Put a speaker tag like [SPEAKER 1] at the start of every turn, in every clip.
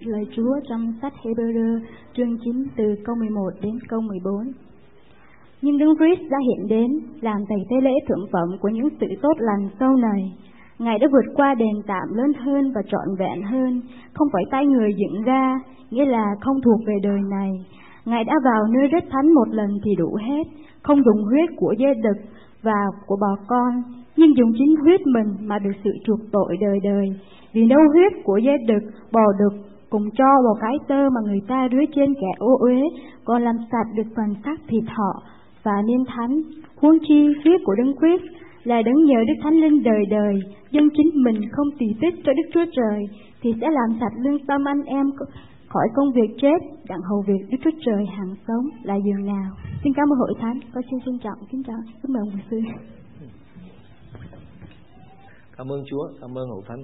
[SPEAKER 1] Lời Chúa trong sách Hebrew chương 9 từ câu 11 đến câu 14. Nhưng Đức Christ đã hiện đến, làm thầy tế lễ thượng phẩm của những sự tốt lành sau này. Ngài đã vượt qua đền tạm lớn hơn và trọn vẹn hơn, không phải tay người dựng ra, nghĩa là không thuộc về đời này. Ngài đã vào nơi rất thánh một lần thì đủ hết, không dùng huyết của dê đực và của bò con, nhưng dùng chính huyết mình mà được sự chuộc tội đời đời. Vì nâu huyết của dê đực, bò đực cùng cho vào cái tơ mà người ta rưới trên kẻ ô uế, còn làm sạch được phần xác thịt họ và niêm thánh. Huống chi huyết của Đấng Christ là đấng nhờ Đức Thánh Linh đời đời, dân chính mình không tỳ tích cho Đức Chúa Trời, thì sẽ làm sạch lương tâm anh em khỏi công việc chết, đặng hầu việc Đức Chúa Trời hàng sống là dường nào. Xin cảm ơn hội thánh, có xin trân trọng kính chào, kính mời mục sư.
[SPEAKER 2] Cảm ơn Chúa, cảm ơn Hậu Thánh.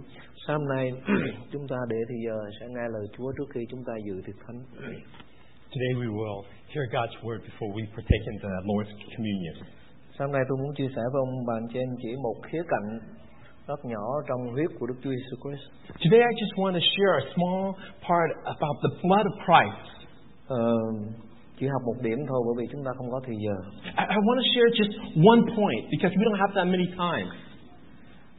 [SPEAKER 2] Sáng hôm nay chúng ta để thì giờ sẽ nghe lời Chúa trước khi chúng ta dự tiệc thánh.
[SPEAKER 3] Today we will hear God's word before we partake in the Lord's communion.
[SPEAKER 2] Sáng nay tôi muốn chia sẻ với ông bà anh chị em chỉ một khía cạnh rất nhỏ trong huyết của Đức Chúa Jesus Christ.
[SPEAKER 3] Today I just want to share a small part about the blood of Christ.
[SPEAKER 2] Ờ, chỉ học một điểm thôi bởi vì chúng ta không có thời giờ.
[SPEAKER 3] I, I want to share just one point because we don't have that many times.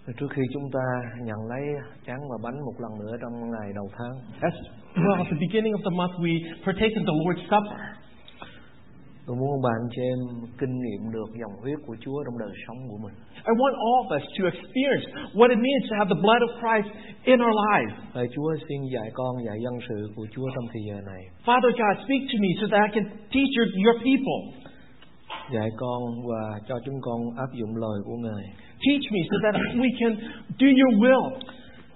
[SPEAKER 2] Rồi Trước khi chúng ta nhận lấy chén và bánh một lần nữa trong ngày đầu tháng,
[SPEAKER 3] As well, at the beginning of the month we partake in the Lord's Supper.
[SPEAKER 2] tôi muốn ông bà anh chị em kinh nghiệm được dòng huyết của Chúa trong đời sống của mình.
[SPEAKER 3] I want all of us to experience what it means to have the blood of Christ in our lives.
[SPEAKER 2] Lạy Chúa xin dạy con dạy dân sự của Chúa trong thời giờ này.
[SPEAKER 3] Father God, speak to me so that I can teach your, your people.
[SPEAKER 2] Dạy con và cho chúng con áp dụng lời của Ngài
[SPEAKER 3] Teach me so that we can do your will,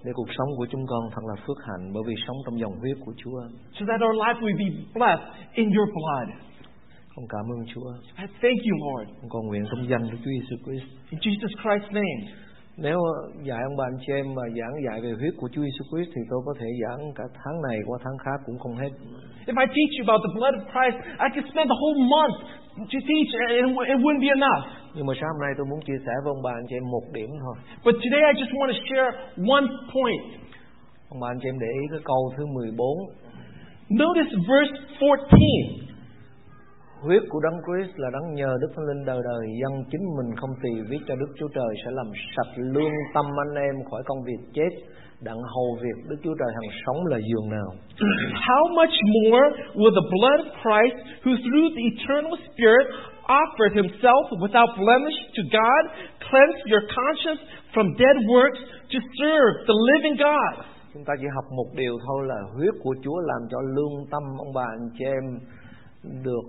[SPEAKER 2] để cuộc sống của chúng con thật là phước hạnh bởi vì sống trong dòng huyết của Chúa.
[SPEAKER 3] so that our life will be blessed in your blood.
[SPEAKER 2] Con cảm ơn Chúa.
[SPEAKER 3] I thank you, Lord.
[SPEAKER 2] Con cầu nguyện trong danh của Chúa Jesus Christ.
[SPEAKER 3] In Jesus Christ's name.
[SPEAKER 2] Nếu dạy ông bà anh chị em mà giảng dạy về huyết của Chúa Jesus Christ thì tôi có thể giảng cả tháng này qua tháng khác cũng không hết.
[SPEAKER 3] If I teach you about the blood of Christ, I could spend the whole month to teach, and it, w- it wouldn't be enough.
[SPEAKER 2] Nhưng mà sáng hôm nay tôi muốn chia sẻ với ông bà anh chị em một điểm thôi.
[SPEAKER 3] But today, I just want to share one point.
[SPEAKER 2] Ông bà anh chị em để ý cái câu thứ 14,
[SPEAKER 3] Notice verse 14.
[SPEAKER 2] huyết của Đấng Christ là đấng nhờ Đức Thánh Linh đời đời dân chính mình không tỳ viết cho Đức Chúa Trời sẽ làm sạch lương tâm anh em khỏi công việc chết đặng hầu việc Đức Chúa Trời hằng sống là giường nào.
[SPEAKER 3] How much more will the blood of Christ, who through the eternal Spirit offered himself without blemish to God, cleanse your conscience from dead works to serve the living God?
[SPEAKER 2] Chúng ta chỉ học một điều thôi là huyết của Chúa làm cho lương tâm ông bà anh chị em được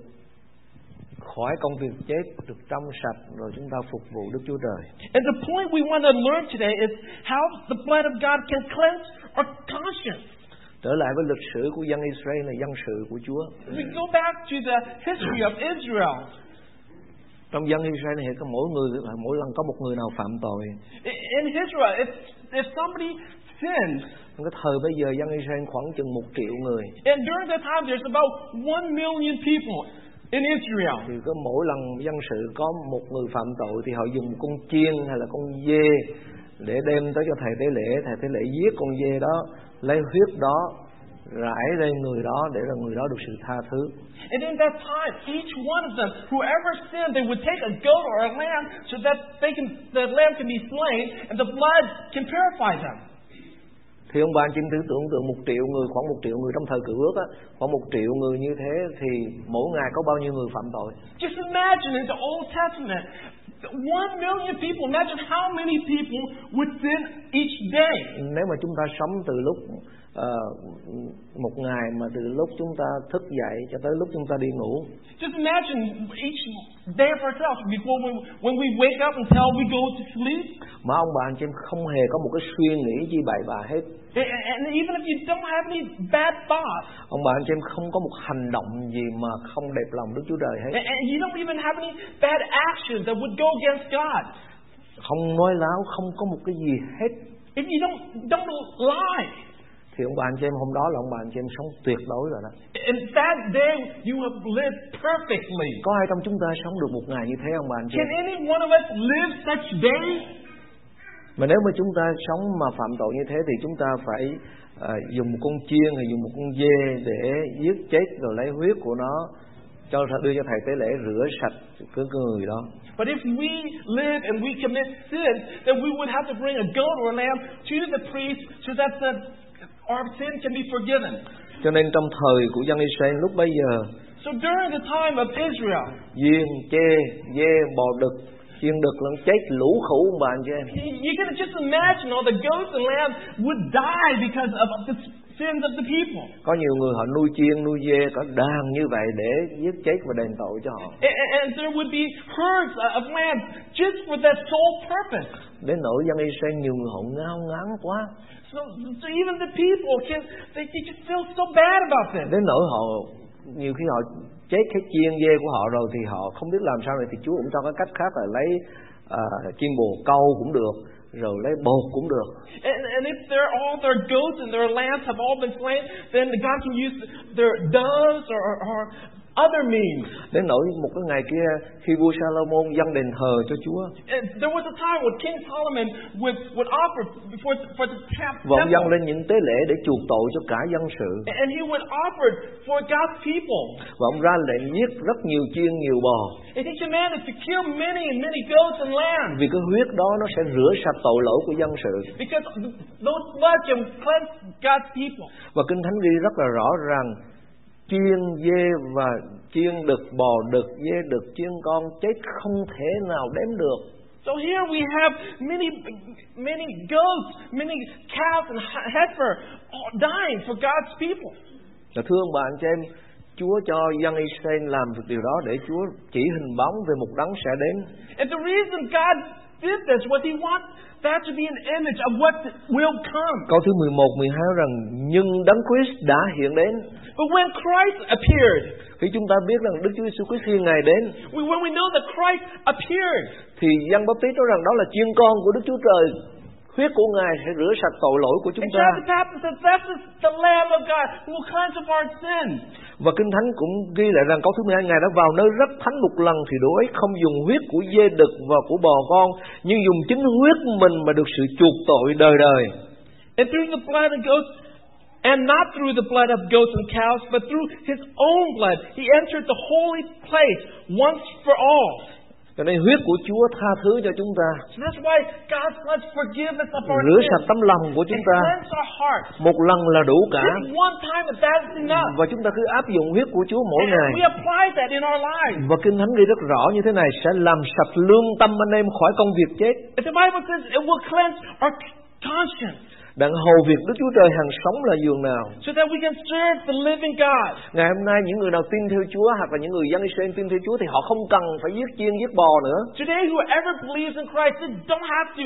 [SPEAKER 2] khỏi công việc chết, được trong sạch rồi chúng ta phục vụ Đức Chúa Trời.
[SPEAKER 3] And the point we want to learn today is how the blood of God can cleanse our conscience.
[SPEAKER 2] Trở lại với lịch sử của dân Israel là dân sự của Chúa.
[SPEAKER 3] We go back to the history of Israel.
[SPEAKER 2] Trong dân Israel hiện có mỗi người mỗi lần có một người nào phạm tội.
[SPEAKER 3] I- In Israel, if, if somebody sinned,
[SPEAKER 2] Trong cái thời bây giờ dân Israel khoảng chừng một triệu người
[SPEAKER 3] and during that time there's about one million people in Israel,
[SPEAKER 2] thì có mỗi lần dân sự có một người phạm tội thì họ dùng con chiên hay là con dê để đem tới cho thầy tế lễ thầy tế lễ giết con dê đó lấy huyết đó rải lên người đó để là người đó được sự tha thứ
[SPEAKER 3] and in that time, each one of them, whoever sinned, they would take a goat or a lamb so that they can, the lamb can be slain and the blood can purify them.
[SPEAKER 2] thì ông bà anh chị em thử tưởng tượng một triệu người khoảng một triệu người trong thời cựu ước á khoảng một triệu người như thế thì mỗi ngày có bao nhiêu người phạm tội
[SPEAKER 3] Just imagine in the Old Testament, one million people. Imagine how many people would sin each day.
[SPEAKER 2] nếu mà chúng ta sống từ lúc ờ, một ngày mà từ lúc chúng ta thức dậy cho tới lúc chúng ta đi ngủ
[SPEAKER 3] Just imagine each day of ourselves before when, when we wake up until we go to sleep.
[SPEAKER 2] mà ông bà anh chị em không hề có một cái suy nghĩ gì bậy bạ hết
[SPEAKER 3] And, and even if you don't have any bad thoughts,
[SPEAKER 2] ông bà anh chị em không có một hành động gì mà không đẹp lòng Đức Chúa Trời hết
[SPEAKER 3] and, and you don't even have any bad actions that would go against God,
[SPEAKER 2] không nói láo không có một cái gì hết
[SPEAKER 3] if you don't, don't lie,
[SPEAKER 2] thì ông bà anh chị em hôm đó là ông bà anh chị em sống tuyệt đối rồi đó
[SPEAKER 3] in that day you have lived perfectly.
[SPEAKER 2] có ai trong chúng ta sống được một ngày như thế ông bà anh chị
[SPEAKER 3] Can
[SPEAKER 2] em
[SPEAKER 3] any one of us live such days?
[SPEAKER 2] mà nếu mà chúng ta sống mà phạm tội như thế thì chúng ta phải ờ, dùng một con chiên hay dùng một con dê để giết chết rồi lấy huyết của nó cho đưa cho thầy tế lễ rửa sạch cái người đó
[SPEAKER 3] But if we live and we commit sins, then we would have to bring a goat or a lamb to the priest so that the, our sin can be forgiven.
[SPEAKER 2] cho nên trong thời của dân Israel lúc bấy giờ
[SPEAKER 3] So during the time of Israel,
[SPEAKER 2] diên chê dê bò đực chiên đực lẫn chết lũ khủ ông bà anh chị em
[SPEAKER 3] y- you can just imagine all the goats and lambs would die because of the sins of the people.
[SPEAKER 2] có nhiều người họ nuôi chiên nuôi dê cả đàn như vậy để giết chết và đền tội cho họ
[SPEAKER 3] A- a- And there would be herds of lambs just for that sole purpose.
[SPEAKER 2] đến nỗi dân Israel nhiều người họ ngao ngán quá
[SPEAKER 3] So, so even the people can they, they just feel so bad about this.
[SPEAKER 2] đến nỗi họ nhiều khi họ chết cái chiên dê của họ rồi thì họ không biết làm sao này thì Chúa cũng cho cái cách khác là lấy à, chiên bồ câu cũng được rồi lấy bột cũng được
[SPEAKER 3] And, and if they're all their goats and their lambs have all been slain, then God can use their doves or, or, or other means.
[SPEAKER 2] đến nỗi một cái ngày kia khi vua Salomon dâng đền thờ cho Chúa
[SPEAKER 3] And there was a time when King Solomon would, would offer before for the temp-
[SPEAKER 2] và ông dâng
[SPEAKER 3] temple,
[SPEAKER 2] lên những tế lễ để chuộc tội cho cả dân sự
[SPEAKER 3] and he would offer it for God's people.
[SPEAKER 2] và ông ra lệnh giết rất nhiều chiên nhiều bò
[SPEAKER 3] And he commanded to kill many, many goats and lambs
[SPEAKER 2] vì cái huyết đó nó sẽ rửa sạch tội lỗi của dân sự
[SPEAKER 3] because th- those blood can cleanse God's people.
[SPEAKER 2] và kinh thánh ghi rất là rõ ràng chiên dê và chiên đực bò đực dê đực chiên con chết không thể nào đếm được
[SPEAKER 3] So here we have many, many goats, many cows and he- heifer all dying for God's people.
[SPEAKER 2] là thưa ông bà anh chị em Chúa cho dân Israel làm được điều đó để Chúa chỉ hình bóng về một đấng sẽ đến
[SPEAKER 3] And the reason God did this was He wants that to be an image of what will come.
[SPEAKER 2] Câu thứ 11, 12 rằng Nhưng Đấng Christ đã hiện đến
[SPEAKER 3] But when Christ appeared,
[SPEAKER 2] Khi chúng ta biết rằng Đức Chúa Giêsu Christ khi Ngài đến
[SPEAKER 3] we, when we know that Christ appeared,
[SPEAKER 2] Thì dân Báp Tít nói rằng đó là chiên con của Đức Chúa Trời Huyết của Ngài sẽ rửa sạch tội lỗi của chúng
[SPEAKER 3] and
[SPEAKER 2] ta
[SPEAKER 3] John the Baptist says, "That's the, the Lamb of God who will cleanse of our sins."
[SPEAKER 2] Và Kinh Thánh cũng ghi lại rằng câu thứ 12 Ngài đã vào nơi rất thánh một lần Thì đối ấy không dùng huyết của dê đực và của bò con Nhưng dùng chính huyết mình mà được sự chuộc tội đời đời
[SPEAKER 3] And through the blood of goats, and not through the blood of goats and cows, but through his own blood, he entered the holy place once for all.
[SPEAKER 2] Cho nên huyết của Chúa tha thứ cho chúng ta
[SPEAKER 3] So that's why God's blood forgives us of our
[SPEAKER 2] Rửa
[SPEAKER 3] sins.
[SPEAKER 2] sạch tấm lòng của
[SPEAKER 3] It
[SPEAKER 2] chúng ta
[SPEAKER 3] cleanses our hearts.
[SPEAKER 2] Một lần là đủ cả
[SPEAKER 3] Just one time, and that is enough.
[SPEAKER 2] Và chúng ta cứ áp dụng huyết của Chúa mỗi ngày
[SPEAKER 3] And we apply that in our lives.
[SPEAKER 2] Và Kinh Thánh ghi rất rõ như thế này Sẽ làm sạch lương tâm anh em khỏi công việc chết
[SPEAKER 3] And the Bible says it will cleanse our conscience
[SPEAKER 2] Đặng hầu việc Đức Chúa Trời hàng sống là giường nào
[SPEAKER 3] so that we can serve the living God.
[SPEAKER 2] Ngày hôm nay những người nào tin theo Chúa Hoặc là những người dân Israel tin theo Chúa Thì họ không cần phải giết chiên giết bò nữa
[SPEAKER 3] Today, whoever believes in Christ, they don't have to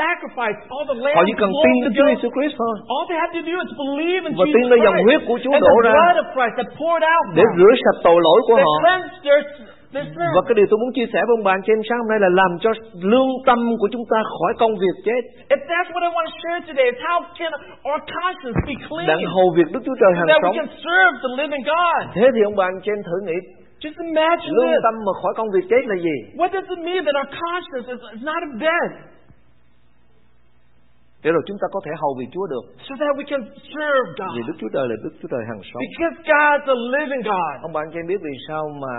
[SPEAKER 3] sacrifice all the
[SPEAKER 2] Họ
[SPEAKER 3] lambs,
[SPEAKER 2] chỉ cần tin Đức
[SPEAKER 3] bulls,
[SPEAKER 2] Chúa
[SPEAKER 3] goats,
[SPEAKER 2] Jesus Christ thôi
[SPEAKER 3] All they have to do is believe in
[SPEAKER 2] Và
[SPEAKER 3] Jesus
[SPEAKER 2] tin nơi dòng huyết của
[SPEAKER 3] Christ
[SPEAKER 2] Chúa
[SPEAKER 3] and
[SPEAKER 2] đổ
[SPEAKER 3] the
[SPEAKER 2] ra.
[SPEAKER 3] blood of Christ that poured out
[SPEAKER 2] Để
[SPEAKER 3] now.
[SPEAKER 2] rửa sạch tội lỗi của
[SPEAKER 3] That
[SPEAKER 2] họ
[SPEAKER 3] cleansed their, their sins.
[SPEAKER 2] Và cái điều tôi muốn chia sẻ với ông bà anh chị em sáng hôm nay Là làm cho lương tâm của chúng ta khỏi công việc chết
[SPEAKER 3] And that's what I want to share today is how can our conscience be clean
[SPEAKER 2] Đặng hầu việc Đức Dạ. Chúa Trời
[SPEAKER 3] so
[SPEAKER 2] hàng
[SPEAKER 3] that we
[SPEAKER 2] sống
[SPEAKER 3] can serve the living God.
[SPEAKER 2] Thế thì ông bà anh chị em thử nghĩ
[SPEAKER 3] Just imagine
[SPEAKER 2] Lương
[SPEAKER 3] this.
[SPEAKER 2] tâm mà khỏi công việc chết là gì
[SPEAKER 3] What does it mean that our conscience is, is not in bed
[SPEAKER 2] Để rồi chúng ta có thể hầu việc Chúa được
[SPEAKER 3] so that we can serve God?
[SPEAKER 2] Vì Đức Chúa Trời là Đức Chúa Trời hàng sống
[SPEAKER 3] Because God's a living God.
[SPEAKER 2] Ông bạn cho em biết vì sao mà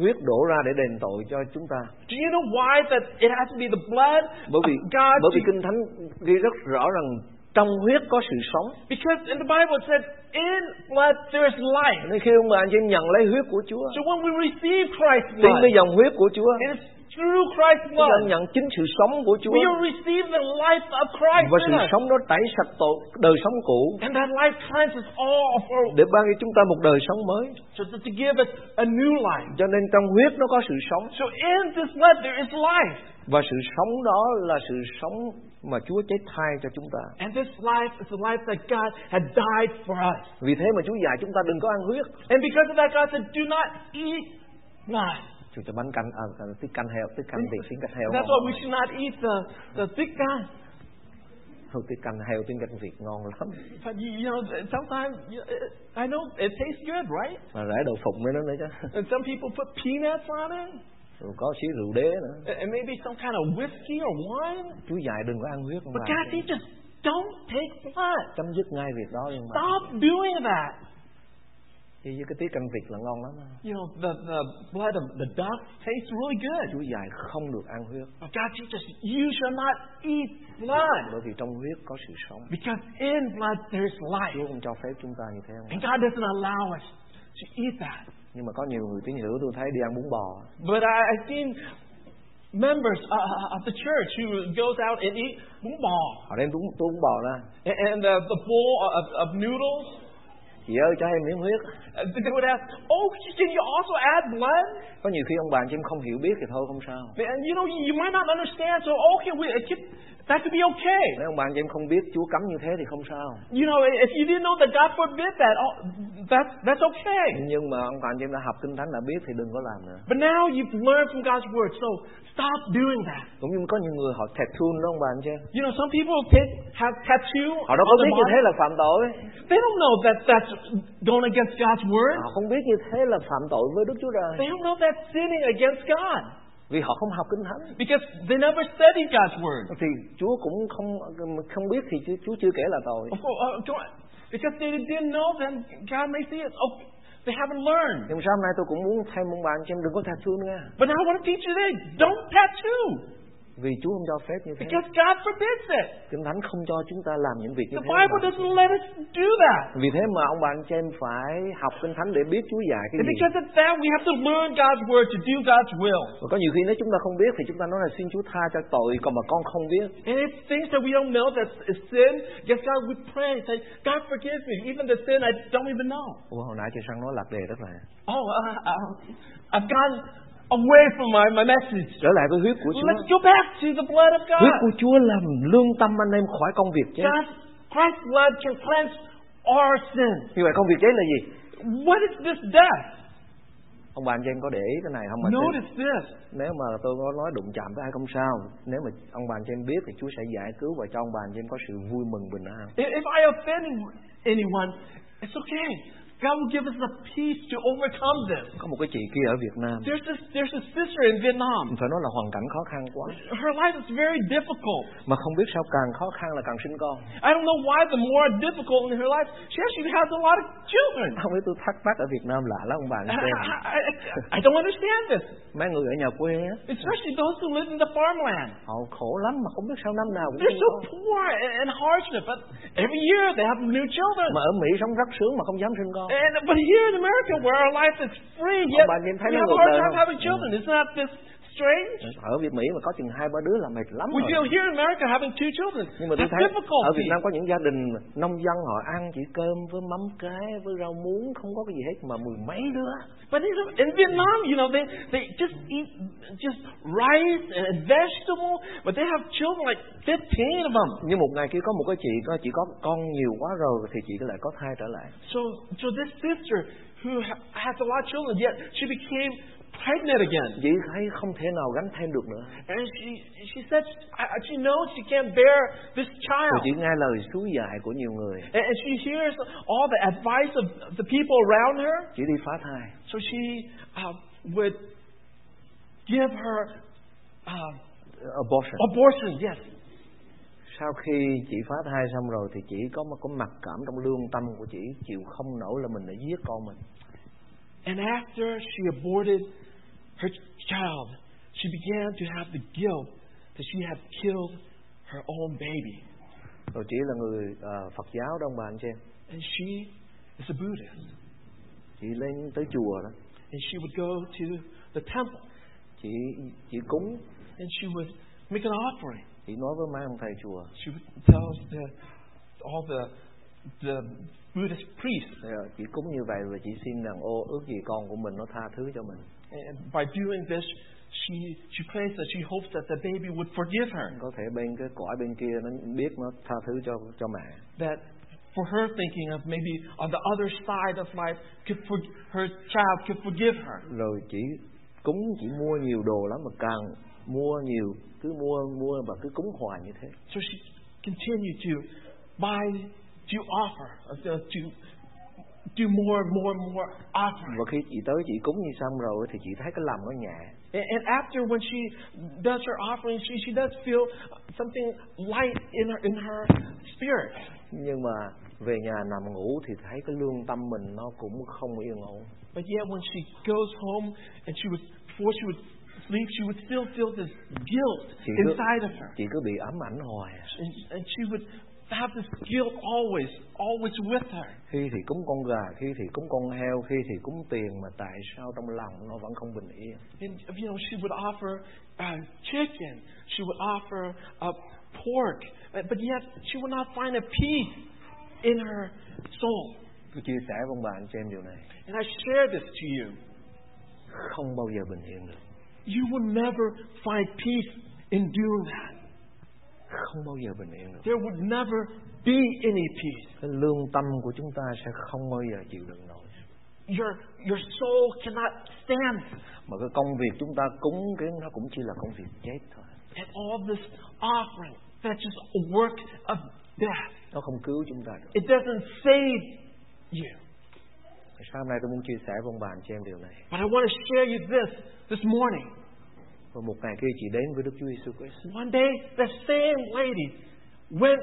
[SPEAKER 2] huyết đổ ra để đền tội cho chúng ta
[SPEAKER 3] Do you know why that it has to be the blood
[SPEAKER 2] Bởi vì
[SPEAKER 3] of God?
[SPEAKER 2] bởi vì
[SPEAKER 3] to-
[SPEAKER 2] Kinh Thánh ghi rất rõ rằng trong huyết có sự sống
[SPEAKER 3] because in the Bible it said, in blood there is life.
[SPEAKER 2] Nên khi ông bạn cho em nhận lấy huyết của Chúa
[SPEAKER 3] So when we receive Christ's
[SPEAKER 2] Tin
[SPEAKER 3] blood,
[SPEAKER 2] với dòng huyết của Chúa
[SPEAKER 3] it is through Christ's
[SPEAKER 2] Chúng ta
[SPEAKER 3] blood.
[SPEAKER 2] nhận chính sự sống của Chúa
[SPEAKER 3] We will receive the life of Christ
[SPEAKER 2] Và
[SPEAKER 3] in
[SPEAKER 2] sự
[SPEAKER 3] us.
[SPEAKER 2] sống đó tẩy sạch tội đời sống cũ
[SPEAKER 3] And that life cleanses all of our
[SPEAKER 2] Để ban cho chúng ta một đời sống mới
[SPEAKER 3] so that to give us a new life.
[SPEAKER 2] Cho nên trong huyết nó có sự sống
[SPEAKER 3] So in this blood there is life.
[SPEAKER 2] Và sự sống đó là sự sống mà Chúa chết thai cho chúng ta
[SPEAKER 3] And this life is the life that God had died for us.
[SPEAKER 2] Vì thế mà Chúa dạy chúng ta đừng có ăn huyết
[SPEAKER 3] And because of that, God said, do not eat not.
[SPEAKER 2] Chú cho bánh canh à, à, tiết canh heo, tiết canh Việt, tiếng canh heo.
[SPEAKER 3] That's why
[SPEAKER 2] ngon
[SPEAKER 3] we
[SPEAKER 2] lắm.
[SPEAKER 3] should not eat the, the thick kind.
[SPEAKER 2] Thôi, tiết canh heo, tiếng canh Việt ngon lắm.
[SPEAKER 3] But you, you know, sometimes, you, I know it tastes good, right?
[SPEAKER 2] Mà rải đậu phụng với nó nữa chứ.
[SPEAKER 3] And some people put peanuts on it.
[SPEAKER 2] rồi có xí rượu đế nữa
[SPEAKER 3] and maybe some kind of whiskey or wine.
[SPEAKER 2] chú dạy đừng có ăn huyết ông
[SPEAKER 3] But
[SPEAKER 2] bà
[SPEAKER 3] guys, they just don't take blood.
[SPEAKER 2] chấm dứt ngay việc đó nhưng mà
[SPEAKER 3] Stop doing that.
[SPEAKER 2] chứ với cái tiết canh vịt là ngon lắm á.
[SPEAKER 3] You know, the, the blood of the duck tastes really
[SPEAKER 2] chú
[SPEAKER 3] good.
[SPEAKER 2] dạy không được ăn huyết
[SPEAKER 3] But God teaches, you shall not eat blood.
[SPEAKER 2] bởi vì trong huyết có sự sống
[SPEAKER 3] Because in blood there is
[SPEAKER 2] Chúa
[SPEAKER 3] life.
[SPEAKER 2] không cho phép chúng ta như thế không?
[SPEAKER 3] And God doesn't allow us to eat that.
[SPEAKER 2] nhưng mà có nhiều người tín hữu tôi thấy đi ăn bún bò
[SPEAKER 3] But I, I've seen members uh, of the church who goes out and eat bún bò
[SPEAKER 2] họ đem bún tô bún bò ra
[SPEAKER 3] and, and uh, the bowl of, of noodles.
[SPEAKER 2] chị ơi cho em miếng huyết
[SPEAKER 3] Uh, They would ask, "Oh, can you also add blood?"
[SPEAKER 2] có nhiều khi ông bà anh chị em không hiểu biết thì thôi không sao
[SPEAKER 3] And you know, you might not understand. So okay, we, it could, that could be okay.
[SPEAKER 2] nếu ông bà anh chị em không biết Chúa cấm như thế thì không sao
[SPEAKER 3] You know, if you didn't know that God forbid that, oh, that's that's okay.
[SPEAKER 2] nhưng mà ông bà anh chị em đã học kinh thánh đã biết thì đừng có làm nữa
[SPEAKER 3] But now you've learned from God's word, so stop doing that.
[SPEAKER 2] cũng như có nhiều người họ tattoo đó ông bà anh chị em
[SPEAKER 3] You know, some people take, have tattoo.
[SPEAKER 2] họ đâu có
[SPEAKER 3] on their
[SPEAKER 2] biết như
[SPEAKER 3] body.
[SPEAKER 2] thế là phạm tội
[SPEAKER 3] They don't know that that's going against God's word.
[SPEAKER 2] họ không biết như thế là phạm tội với Đức Chúa Trời
[SPEAKER 3] They don't know that's sinning against God
[SPEAKER 2] vì họ không học kinh thánh
[SPEAKER 3] because they never studied God's word.
[SPEAKER 2] thì Chúa cũng không không biết thì Chúa, Chúa chưa kể là tội
[SPEAKER 3] Of course, uh, don't- because they didn't know, then God may see it. Oh, they haven't learned.
[SPEAKER 2] nhưng mà sao hôm nay tôi cũng muốn thêm ông bà anh chị em đừng có tattoo nữa
[SPEAKER 3] But now I want to teach you this. Don't tattoo
[SPEAKER 2] vì Chúa không cho phép như thế
[SPEAKER 3] because God forbids it.
[SPEAKER 2] Kinh Thánh không cho chúng ta làm những việc như
[SPEAKER 3] The
[SPEAKER 2] thế. ông
[SPEAKER 3] Bible
[SPEAKER 2] bà.
[SPEAKER 3] doesn't let us do that.
[SPEAKER 2] Vì thế mà ông bà anh chị em phải học Kinh Thánh để biết Chúa dạy cái
[SPEAKER 3] And
[SPEAKER 2] gì.
[SPEAKER 3] because of that, we have to learn God's word to do God's will.
[SPEAKER 2] Và có nhiều khi nếu chúng ta không biết thì chúng ta nói là xin Chúa tha cho tội còn mà con không biết.
[SPEAKER 3] And it's things that we don't know that's is sin. Yes, God, we pray and say, God forgives me, even the sin I don't even know.
[SPEAKER 2] Ủa, hồi nãy chị Sang nói lạc đề rất là.
[SPEAKER 3] Oh, uh, uh, I've gone away from my, my message.
[SPEAKER 2] Trở lại với huyết của Chúa.
[SPEAKER 3] Let's go back to the blood of
[SPEAKER 2] Huyết
[SPEAKER 3] God.
[SPEAKER 2] của Chúa làm lương tâm anh em khỏi công việc chết.
[SPEAKER 3] God, Christ's blood can cleanse our sins.
[SPEAKER 2] Như vậy công việc chết là gì?
[SPEAKER 3] What is this death?
[SPEAKER 2] Ông bà anh chị em có để ý cái này không mà chị-
[SPEAKER 3] Notice this.
[SPEAKER 2] nếu mà tôi có nói đụng chạm tới ai không sao nếu mà ông bà anh chị em biết thì Chúa sẽ giải cứu và cho ông bà anh chị em có sự vui mừng bình an
[SPEAKER 3] If if I offend anyone, it's okay. God will give us the peace to overcome this.
[SPEAKER 2] có một cái chị kia ở Việt Nam
[SPEAKER 3] There's this, there's a sister in Vietnam.
[SPEAKER 2] phải nói là hoàn cảnh khó khăn quá
[SPEAKER 3] Her life is very difficult.
[SPEAKER 2] mà không biết sao càng khó khăn là càng sinh con
[SPEAKER 3] I don't know why the more difficult in her life, she actually has a lot of children.
[SPEAKER 2] không biết tôi thắc mắc ở Việt Nam lạ lắm ông bà
[SPEAKER 3] I,
[SPEAKER 2] anh chị em
[SPEAKER 3] I, I- I don't understand this,
[SPEAKER 2] mấy người ở nhà quê á
[SPEAKER 3] especially those who live in the farmland.
[SPEAKER 2] họ khổ lắm mà không biết sao năm nào cũng
[SPEAKER 3] They're so
[SPEAKER 2] sinh con.
[SPEAKER 3] poor and and hardship, but every year they have new children.
[SPEAKER 2] mà ở Mỹ sống rất sướng mà không dám sinh con
[SPEAKER 3] And, but here in America, where our life is free, yet
[SPEAKER 2] bạn nhìn thấy
[SPEAKER 3] we
[SPEAKER 2] nó
[SPEAKER 3] have a
[SPEAKER 2] ngược
[SPEAKER 3] hard
[SPEAKER 2] đời
[SPEAKER 3] time
[SPEAKER 2] không?
[SPEAKER 3] having children. Isn't that this strange?
[SPEAKER 2] ở Việt Mỹ mà có chừng hai ba đứa là mệt lắm
[SPEAKER 3] We feel
[SPEAKER 2] rồi
[SPEAKER 3] here in America having two children.
[SPEAKER 2] nhưng mà tôi
[SPEAKER 3] That's
[SPEAKER 2] thấy
[SPEAKER 3] difficult.
[SPEAKER 2] ở Việt Nam có những gia đình nông dân họ ăn chỉ cơm với mắm cái với rau muống không có cái gì hết mà mười mấy đứa
[SPEAKER 3] But in, in Vietnam, you know, they, they just eat just rice and vegetable, but they have children like 15 of them.
[SPEAKER 2] nhưng một ngày kia có một cái chị có chỉ có con nhiều quá rồi thì chị lại có thai trở lại
[SPEAKER 3] So, so this sister who ha- has a lot of children, yet she became pregnant again.
[SPEAKER 2] chị thấy không thể nào gánh thêm được nữa
[SPEAKER 3] And she, she said I- she knows she can't bear this
[SPEAKER 2] rồi
[SPEAKER 3] child.
[SPEAKER 2] chị nghe lời xúi dạy của nhiều người
[SPEAKER 3] And, and she hears all the advice of the people around her.
[SPEAKER 2] chị đi phá thai
[SPEAKER 3] So she uh, would give her uh,
[SPEAKER 2] abortion
[SPEAKER 3] abortion, yes.
[SPEAKER 2] sau khi chị phá thai xong rồi thì chị có một cái mặc cảm trong lương tâm của chị chịu không nổi là mình đã giết con mình
[SPEAKER 3] And after she aborted her child, she began to have the guilt that she had killed her own baby.
[SPEAKER 2] rồi chị là người ờ, Phật giáo đó ông bà anh chị em.
[SPEAKER 3] And she is a Buddhist.
[SPEAKER 2] chị lên tới chùa đó
[SPEAKER 3] And she would go to the temple
[SPEAKER 2] chị chị cúng
[SPEAKER 3] and she would make an offering.
[SPEAKER 2] chị nói với mấy ông thầy chùa
[SPEAKER 3] She would tell the, all the, the Buddhist priests
[SPEAKER 2] "Ờ, chị cúng như vậy rồi chị xin rằng ô ước gì con của mình nó tha thứ cho mình
[SPEAKER 3] And by doing this, she, she prays that she hopes that the baby would forgive her.
[SPEAKER 2] có thể bên cái cõi bên kia nó biết nó tha thứ cho cho mẹ
[SPEAKER 3] That for her thinking of maybe on the other side of life, could for, her child could forgive her.
[SPEAKER 2] rồi chị cúng chị mua nhiều đồ lắm mà càng mua nhiều cứ mua mua và cứ cúng hoài như thế
[SPEAKER 3] So she continued to buy, to offer, uh, to do more and more and more offerings.
[SPEAKER 2] và khi chị tới chị cúng như xong rồi thì chị thấy cái lòng nó nhẹ
[SPEAKER 3] And, and after when she does her offering, she, she does feel something light in her in her spirit.
[SPEAKER 2] nhưng mà về nhà nằm ngủ thì thấy cái lương tâm mình nó cũng không yên ổn
[SPEAKER 3] But yet when she goes home and she was before she would sleep, she would still feel this guilt
[SPEAKER 2] chị cứ
[SPEAKER 3] inside of her.
[SPEAKER 2] chị cứ bị ám ảnh hoài à.
[SPEAKER 3] And, and she would have this guilt always, always with her.
[SPEAKER 2] khi thì cúng con gà khi thì cúng con heo khi thì cúng tiền mà tại sao trong lòng nó vẫn không bình yên
[SPEAKER 3] And you know, she would offer uh, chicken, she would offer uh, pork, but but yet she would not find a peace in her soul.
[SPEAKER 2] tôi chia sẻ với ông bà anh chị em điều này
[SPEAKER 3] And I share this to you.
[SPEAKER 2] không bao giờ bình yên được
[SPEAKER 3] You will never find peace in doing that.
[SPEAKER 2] không bao giờ bình yên được
[SPEAKER 3] There would never be any peace.
[SPEAKER 2] cái lương tâm của chúng ta sẽ không bao giờ chịu đựng nổi
[SPEAKER 3] Your your soul cannot stand
[SPEAKER 2] mà cái công việc chúng ta cúng cái nó cũng chỉ là công việc chết thôi
[SPEAKER 3] at all this offering. That's just a work of death.
[SPEAKER 2] nó không cứu chúng ta được
[SPEAKER 3] It doesn't save you.
[SPEAKER 2] sáng hôm nay tôi muốn chia sẻ với ông bà anh chị em điều này
[SPEAKER 3] But I want to share you this this morning.
[SPEAKER 2] và một ngày kia chị đến với Đức Chúa Giêsu Christ
[SPEAKER 3] One day, the same lady went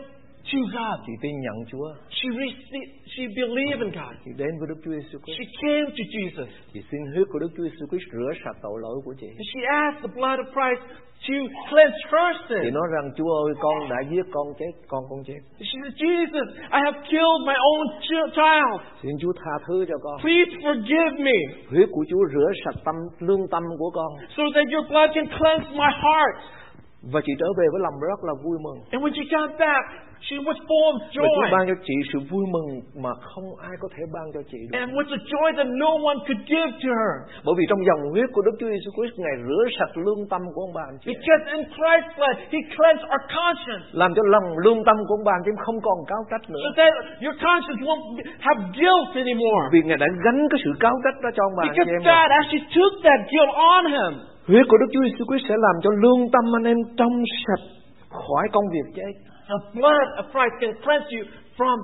[SPEAKER 3] to God.
[SPEAKER 2] chị tin nhận Chúa
[SPEAKER 3] She received, she believed in God.
[SPEAKER 2] chị đến với Đức Chúa Giêsu
[SPEAKER 3] She
[SPEAKER 2] Christ
[SPEAKER 3] came to Jesus
[SPEAKER 2] chị xin huyết của Đức Chúa Giêsu Christ rửa sạch tội lỗi của chị
[SPEAKER 3] and she asked the blood of Christ to cleanse her
[SPEAKER 2] chị
[SPEAKER 3] sin.
[SPEAKER 2] nói rằng Chúa ơi con đã giết con chết con con chết
[SPEAKER 3] She said, Jesus, I have killed my own ch- child.
[SPEAKER 2] xin Chúa tha thứ cho con
[SPEAKER 3] Please forgive me
[SPEAKER 2] huyết của Chúa rửa sạch tâm lương tâm của con
[SPEAKER 3] so that your blood can cleanse my heart.
[SPEAKER 2] và chị trở về với lòng rất là vui mừng
[SPEAKER 3] And when she got back, she was full of
[SPEAKER 2] Và Chúa
[SPEAKER 3] joy.
[SPEAKER 2] ban cho chị sự vui mừng mà không ai có thể ban cho chị được.
[SPEAKER 3] And with a joy that no one could give to her.
[SPEAKER 2] Bởi vì trong dòng huyết của Đức Chúa Giêsu Christ Ngài rửa sạch lương tâm của ông bà anh chị.
[SPEAKER 3] Because in Christ's blood, He cleansed our conscience.
[SPEAKER 2] Làm cho lòng lương tâm của ông bà anh chị em không còn cáo trách
[SPEAKER 3] so
[SPEAKER 2] nữa.
[SPEAKER 3] that your conscience won't have guilt anymore.
[SPEAKER 2] Vì Ngài đã gánh cái sự cáo trách đó cho ông bà anh
[SPEAKER 3] Because
[SPEAKER 2] chị em. rồi.
[SPEAKER 3] God actually took that guilt on him.
[SPEAKER 2] Huyết của Đức Chúa Giêsu Christ sẽ làm cho lương tâm anh em trong sạch khỏi công việc chết.
[SPEAKER 3] The blood of Christ can cleanse you from,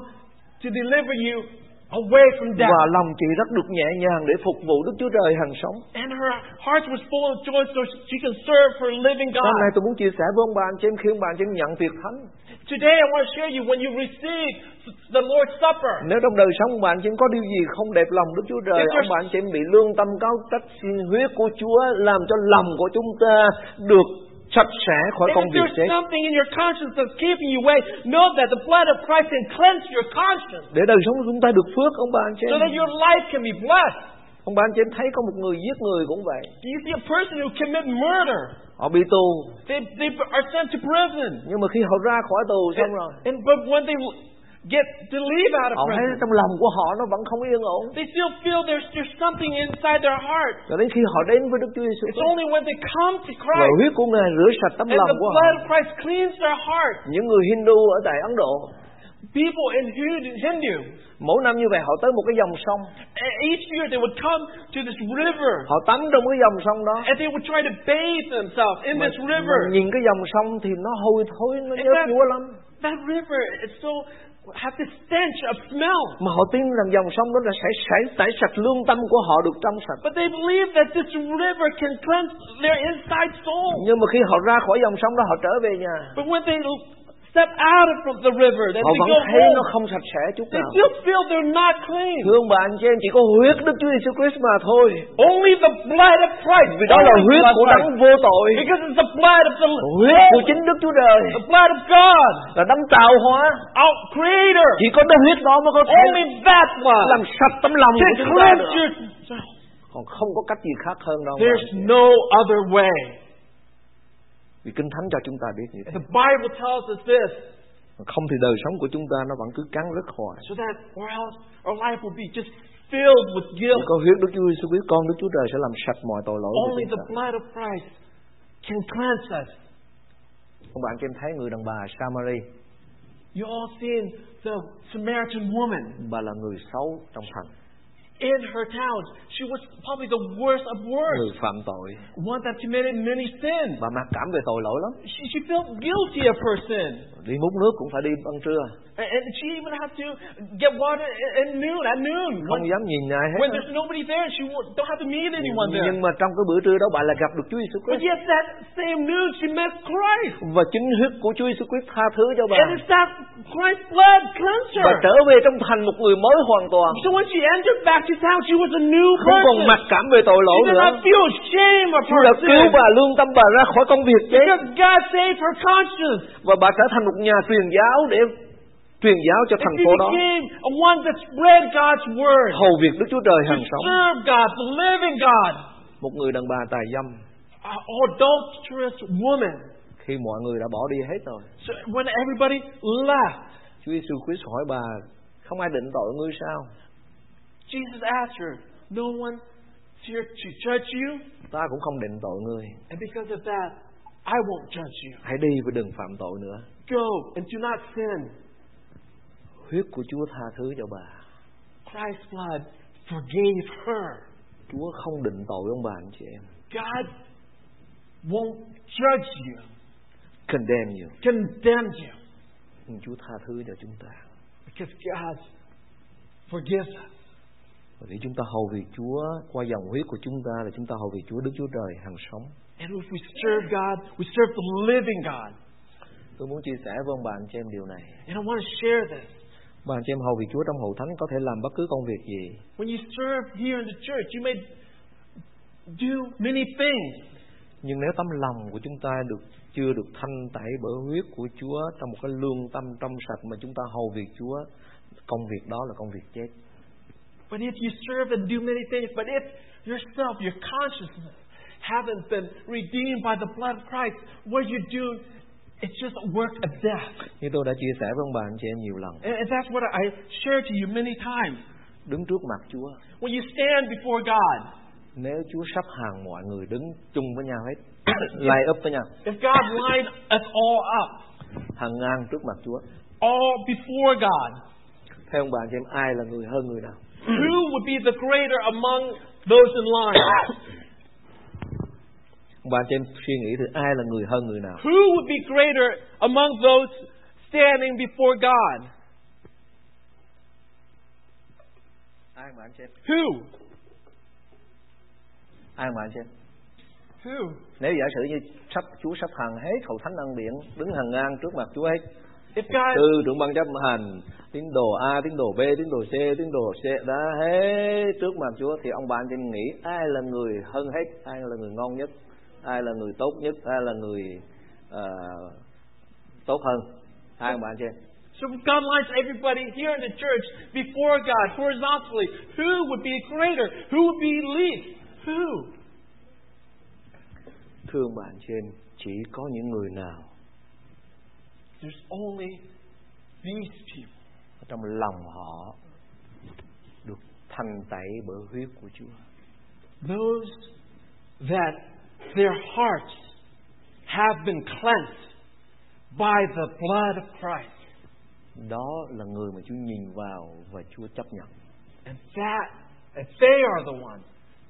[SPEAKER 3] to deliver you away from death.
[SPEAKER 2] Và lòng chị rất được nhẹ nhàng để phục vụ Đức Chúa Trời hàng sống.
[SPEAKER 3] And her heart was full of joy so she can serve her living
[SPEAKER 2] Hôm nay
[SPEAKER 3] God.
[SPEAKER 2] tôi muốn chia sẻ với ông bà anh chị em khi ông bà anh chị em nhận việc thánh.
[SPEAKER 3] Today I want to share you when you receive the Lord's Supper.
[SPEAKER 2] Nếu trong đời sống ông bà anh chị em có điều gì không đẹp lòng Đức Chúa Trời,
[SPEAKER 3] Yes, sir.
[SPEAKER 2] ông bà anh chị em bị lương tâm cáo trách xin huyết của Chúa làm cho lòng của chúng ta được sạch sẽ khỏi
[SPEAKER 3] And
[SPEAKER 2] công
[SPEAKER 3] if
[SPEAKER 2] việc
[SPEAKER 3] there's
[SPEAKER 2] chết.
[SPEAKER 3] something in your conscience that's keeping you away, know that the blood of Christ can cleanse your conscience
[SPEAKER 2] Để đời sống của chúng ta được phước ông bà anh chị
[SPEAKER 3] so
[SPEAKER 2] em.
[SPEAKER 3] that your life can be blessed.
[SPEAKER 2] Ông bà anh chị em thấy có một người giết người cũng vậy.
[SPEAKER 3] Do you see a person who commit murder?
[SPEAKER 2] Họ bị tù,
[SPEAKER 3] They, they are sent to prison.
[SPEAKER 2] nhưng mà khi họ ra khỏi tù xong rồi,
[SPEAKER 3] And, and- but when they get to leave out of
[SPEAKER 2] họ thấy
[SPEAKER 3] prison,
[SPEAKER 2] trong lòng của họ nó vẫn không yên ổn.
[SPEAKER 3] they still feel there's there's something inside their heart.
[SPEAKER 2] Cho đến khi họ đến với Đức Chúa Giêsu
[SPEAKER 3] It's
[SPEAKER 2] Christ,
[SPEAKER 3] only when they come to
[SPEAKER 2] và
[SPEAKER 3] Christ
[SPEAKER 2] huyết của Ngài rửa sạch tấm
[SPEAKER 3] and
[SPEAKER 2] lòng
[SPEAKER 3] the
[SPEAKER 2] của họ.
[SPEAKER 3] blood of Christ cleans their heart.
[SPEAKER 2] Những người Hindu ở tại Ấn Độ,
[SPEAKER 3] People in Hindu, Hindu
[SPEAKER 2] mỗi năm như vậy họ tới một cái dòng sông,
[SPEAKER 3] e- each year they would come to this river
[SPEAKER 2] họ tắm trong cái dòng sông đó.
[SPEAKER 3] and they would try to bathe themselves in
[SPEAKER 2] mà,
[SPEAKER 3] this river.
[SPEAKER 2] mà nhìn cái dòng sông thì nó hôi thối nó
[SPEAKER 3] It's
[SPEAKER 2] nhớp
[SPEAKER 3] not-
[SPEAKER 2] nhúa lắm
[SPEAKER 3] That river is so have this stench of smell.
[SPEAKER 2] mà họ tin rằng dòng sông đó là sẽ sẽ tẩy sạch lương tâm của họ được trong sạch
[SPEAKER 3] But they believe that this river can cleanse their inside soul.
[SPEAKER 2] nhưng mà khi họ ra khỏi dòng sông đó họ trở về nhà
[SPEAKER 3] But when they step out of the river, then
[SPEAKER 2] họ
[SPEAKER 3] they
[SPEAKER 2] vẫn
[SPEAKER 3] go
[SPEAKER 2] thấy
[SPEAKER 3] home.
[SPEAKER 2] nó không sạch sẽ chút
[SPEAKER 3] They
[SPEAKER 2] nào
[SPEAKER 3] still feel they're not clean.
[SPEAKER 2] thưa ông bà anh chị em chỉ có huyết Đức Chúa Jesus Christ mà thôi
[SPEAKER 3] Only the blood of Christ.
[SPEAKER 2] vì đó là
[SPEAKER 3] Only the
[SPEAKER 2] huyết
[SPEAKER 3] blood of
[SPEAKER 2] của đấng
[SPEAKER 3] Christ.
[SPEAKER 2] vô tội
[SPEAKER 3] Because it's the blood of the
[SPEAKER 2] huyết của chính Đức Chúa Trời
[SPEAKER 3] the blood of God,
[SPEAKER 2] là đấng tạo hóa
[SPEAKER 3] our Creator.
[SPEAKER 2] chỉ có đấng huyết đó mới có thể
[SPEAKER 3] Only that one
[SPEAKER 2] làm sạch tấm lòng
[SPEAKER 3] can
[SPEAKER 2] của chúng ta
[SPEAKER 3] cleanse
[SPEAKER 2] nữa.
[SPEAKER 3] your.
[SPEAKER 2] còn không có cách gì khác hơn đâu mà.
[SPEAKER 3] There's no other way.
[SPEAKER 2] vì kinh thánh cho chúng ta biết như thế
[SPEAKER 3] The Bible tells us this,
[SPEAKER 2] không thì đời sống của chúng ta nó vẫn cứ cắn rứt hoài
[SPEAKER 3] so that or else our life will be just filled with
[SPEAKER 2] chỉ
[SPEAKER 3] guilt.
[SPEAKER 2] có huyết Đức Chúa Giêsu Christ con Đức Chúa Trời sẽ làm sạch mọi tội lỗi của
[SPEAKER 3] Only
[SPEAKER 2] chúng
[SPEAKER 3] the
[SPEAKER 2] ta
[SPEAKER 3] blood of Christ can cleanse us.
[SPEAKER 2] các bạn cho em thấy người đàn bà Samari
[SPEAKER 3] You all seen the Samaritan woman.
[SPEAKER 2] bà là người xấu trong thành
[SPEAKER 3] in her town. She was probably the worst of
[SPEAKER 2] người
[SPEAKER 3] worst,
[SPEAKER 2] phạm tội
[SPEAKER 3] one that committed many sins.
[SPEAKER 2] bà mặc cảm về tội lỗi lắm
[SPEAKER 3] She, she felt guilty of her sin.
[SPEAKER 2] đi múc nước cũng phải đi ăn trưa
[SPEAKER 3] And, and she even had to get water at at noon, at noon. When,
[SPEAKER 2] không dám nhìn ai
[SPEAKER 3] when
[SPEAKER 2] hết
[SPEAKER 3] there's nobody there, she wo- don't have to meet anyone there.
[SPEAKER 2] nhưng mà trong cái bữa trưa đó bà là gặp được Chúa Giêsu
[SPEAKER 3] But
[SPEAKER 2] Christ
[SPEAKER 3] yet that same noon, she met Christ.
[SPEAKER 2] và chính huyết của Chúa Giêsu Christ tha thứ cho bà
[SPEAKER 3] And it's that Christ's blood cleansed
[SPEAKER 2] bà
[SPEAKER 3] her.
[SPEAKER 2] trở về trong thành một người mới hoàn toàn
[SPEAKER 3] So when she entered back to town, she was a new
[SPEAKER 2] không còn
[SPEAKER 3] person.
[SPEAKER 2] mặc cảm về tội
[SPEAKER 3] She
[SPEAKER 2] lỗi
[SPEAKER 3] did
[SPEAKER 2] nữa
[SPEAKER 3] not feel shame of
[SPEAKER 2] Chúa
[SPEAKER 3] her
[SPEAKER 2] đã cứu
[SPEAKER 3] sin.
[SPEAKER 2] bà lương tâm bà ra khỏi công việc chết
[SPEAKER 3] Because God saved her conscience.
[SPEAKER 2] và bà trở thành một nhà truyền giáo để truyền giáo cho
[SPEAKER 3] And
[SPEAKER 2] thành
[SPEAKER 3] she
[SPEAKER 2] phố đó
[SPEAKER 3] became a one that spread God's word.
[SPEAKER 2] hầu việc Đức Chúa Trời
[SPEAKER 3] To
[SPEAKER 2] hàng sống
[SPEAKER 3] serve God, to live in God.
[SPEAKER 2] một người đàn bà tài dâm
[SPEAKER 3] A adulterous woman.
[SPEAKER 2] khi mọi người đã bỏ đi hết rồi
[SPEAKER 3] So when everybody left,
[SPEAKER 2] Chúa Giêsu Christ hỏi bà không ai định tội ngươi sao
[SPEAKER 3] Jesus asked her, No one's here to judge you,
[SPEAKER 2] ta cũng không định tội ngươi
[SPEAKER 3] and because of that, I won't judge you.
[SPEAKER 2] hãy đi và đừng phạm tội nữa
[SPEAKER 3] Go and do not sin.
[SPEAKER 2] huyết của Chúa tha thứ cho bà
[SPEAKER 3] Christ's blood forgave her.
[SPEAKER 2] Chúa không định tội ông bà anh chị em
[SPEAKER 3] God won't judge you,
[SPEAKER 2] condemn you
[SPEAKER 3] condemn you,
[SPEAKER 2] nhưng Chúa tha thứ cho chúng ta
[SPEAKER 3] because God forgives us.
[SPEAKER 2] Bởi vì chúng ta hầu việc Chúa qua dòng huyết của chúng ta là chúng ta hầu việc Chúa Đức Chúa Trời hàng sống.
[SPEAKER 3] And if we serve God, we serve the living God.
[SPEAKER 2] Tôi muốn chia sẻ với ông bà anh chị em điều này.
[SPEAKER 3] And I want to share this.
[SPEAKER 2] Bà anh chị em hầu việc Chúa trong hậu thánh có thể làm bất cứ công việc gì.
[SPEAKER 3] When you serve here in the church, you may do many things.
[SPEAKER 2] Nhưng nếu tấm lòng của chúng ta được chưa được thanh tẩy bởi huyết của Chúa trong một cái lương tâm trong sạch mà chúng ta hầu việc Chúa, công việc đó là công việc chết.
[SPEAKER 3] But if you serve and do many things, but if yourself, your consciousness, haven't been redeemed by the blood of Christ, what you do, it's just a work of death.
[SPEAKER 2] Như tôi đã chia sẻ với ông bà anh chị em nhiều lần.
[SPEAKER 3] And and that's what I shared to you many times.
[SPEAKER 2] Đứng trước mặt Chúa,
[SPEAKER 3] When you stand before God,
[SPEAKER 2] nếu Chúa sắp hàng mọi người đứng chung với nhau hết, line up với nhau,
[SPEAKER 3] if God lined us all up,
[SPEAKER 2] hàng ngang trước mặt Chúa.
[SPEAKER 3] all before God,
[SPEAKER 2] Theo ông bà anh chị em ai là người hơn người nào?
[SPEAKER 3] who would be the greater among those in line?
[SPEAKER 2] Bà cho em suy nghĩ thì ai là người hơn người nào?
[SPEAKER 3] Who would be greater among those standing before God?
[SPEAKER 2] Ai mà anh chị em?
[SPEAKER 3] Who?
[SPEAKER 2] Ai mà anh chị em?
[SPEAKER 3] Who?
[SPEAKER 2] Nếu giả sử như sắp Chúa sắp hàng hết hậu thánh ăn điện đứng hàng ngang trước mặt Chúa hết,
[SPEAKER 3] If God
[SPEAKER 2] từ trưởng ban chấp hành, tín đồ A, tín đồ B, tín đồ C, tín đồ C đã hết trước mặt Chúa thì ông bà anh chị em nghĩ ai là người hơn hết, ai là người ngon nhất, ai là người tốt nhất, ai là người ờ, tốt hơn? Ai ông bà anh chị em?
[SPEAKER 3] So if God lines everybody here in the church before God horizontally. Who would be greater? Who would be least? Who?
[SPEAKER 2] Thưa ông bà anh chị em, chỉ có những người nào
[SPEAKER 3] There's only these people
[SPEAKER 2] ở trong lòng họ được thanh tẩy bởi huyết của Chúa.
[SPEAKER 3] those that their hearts have been cleansed by the blood of Christ.
[SPEAKER 2] Đó là người mà Chúa nhìn vào và Chúa chấp nhận.
[SPEAKER 3] And that, and they are the ones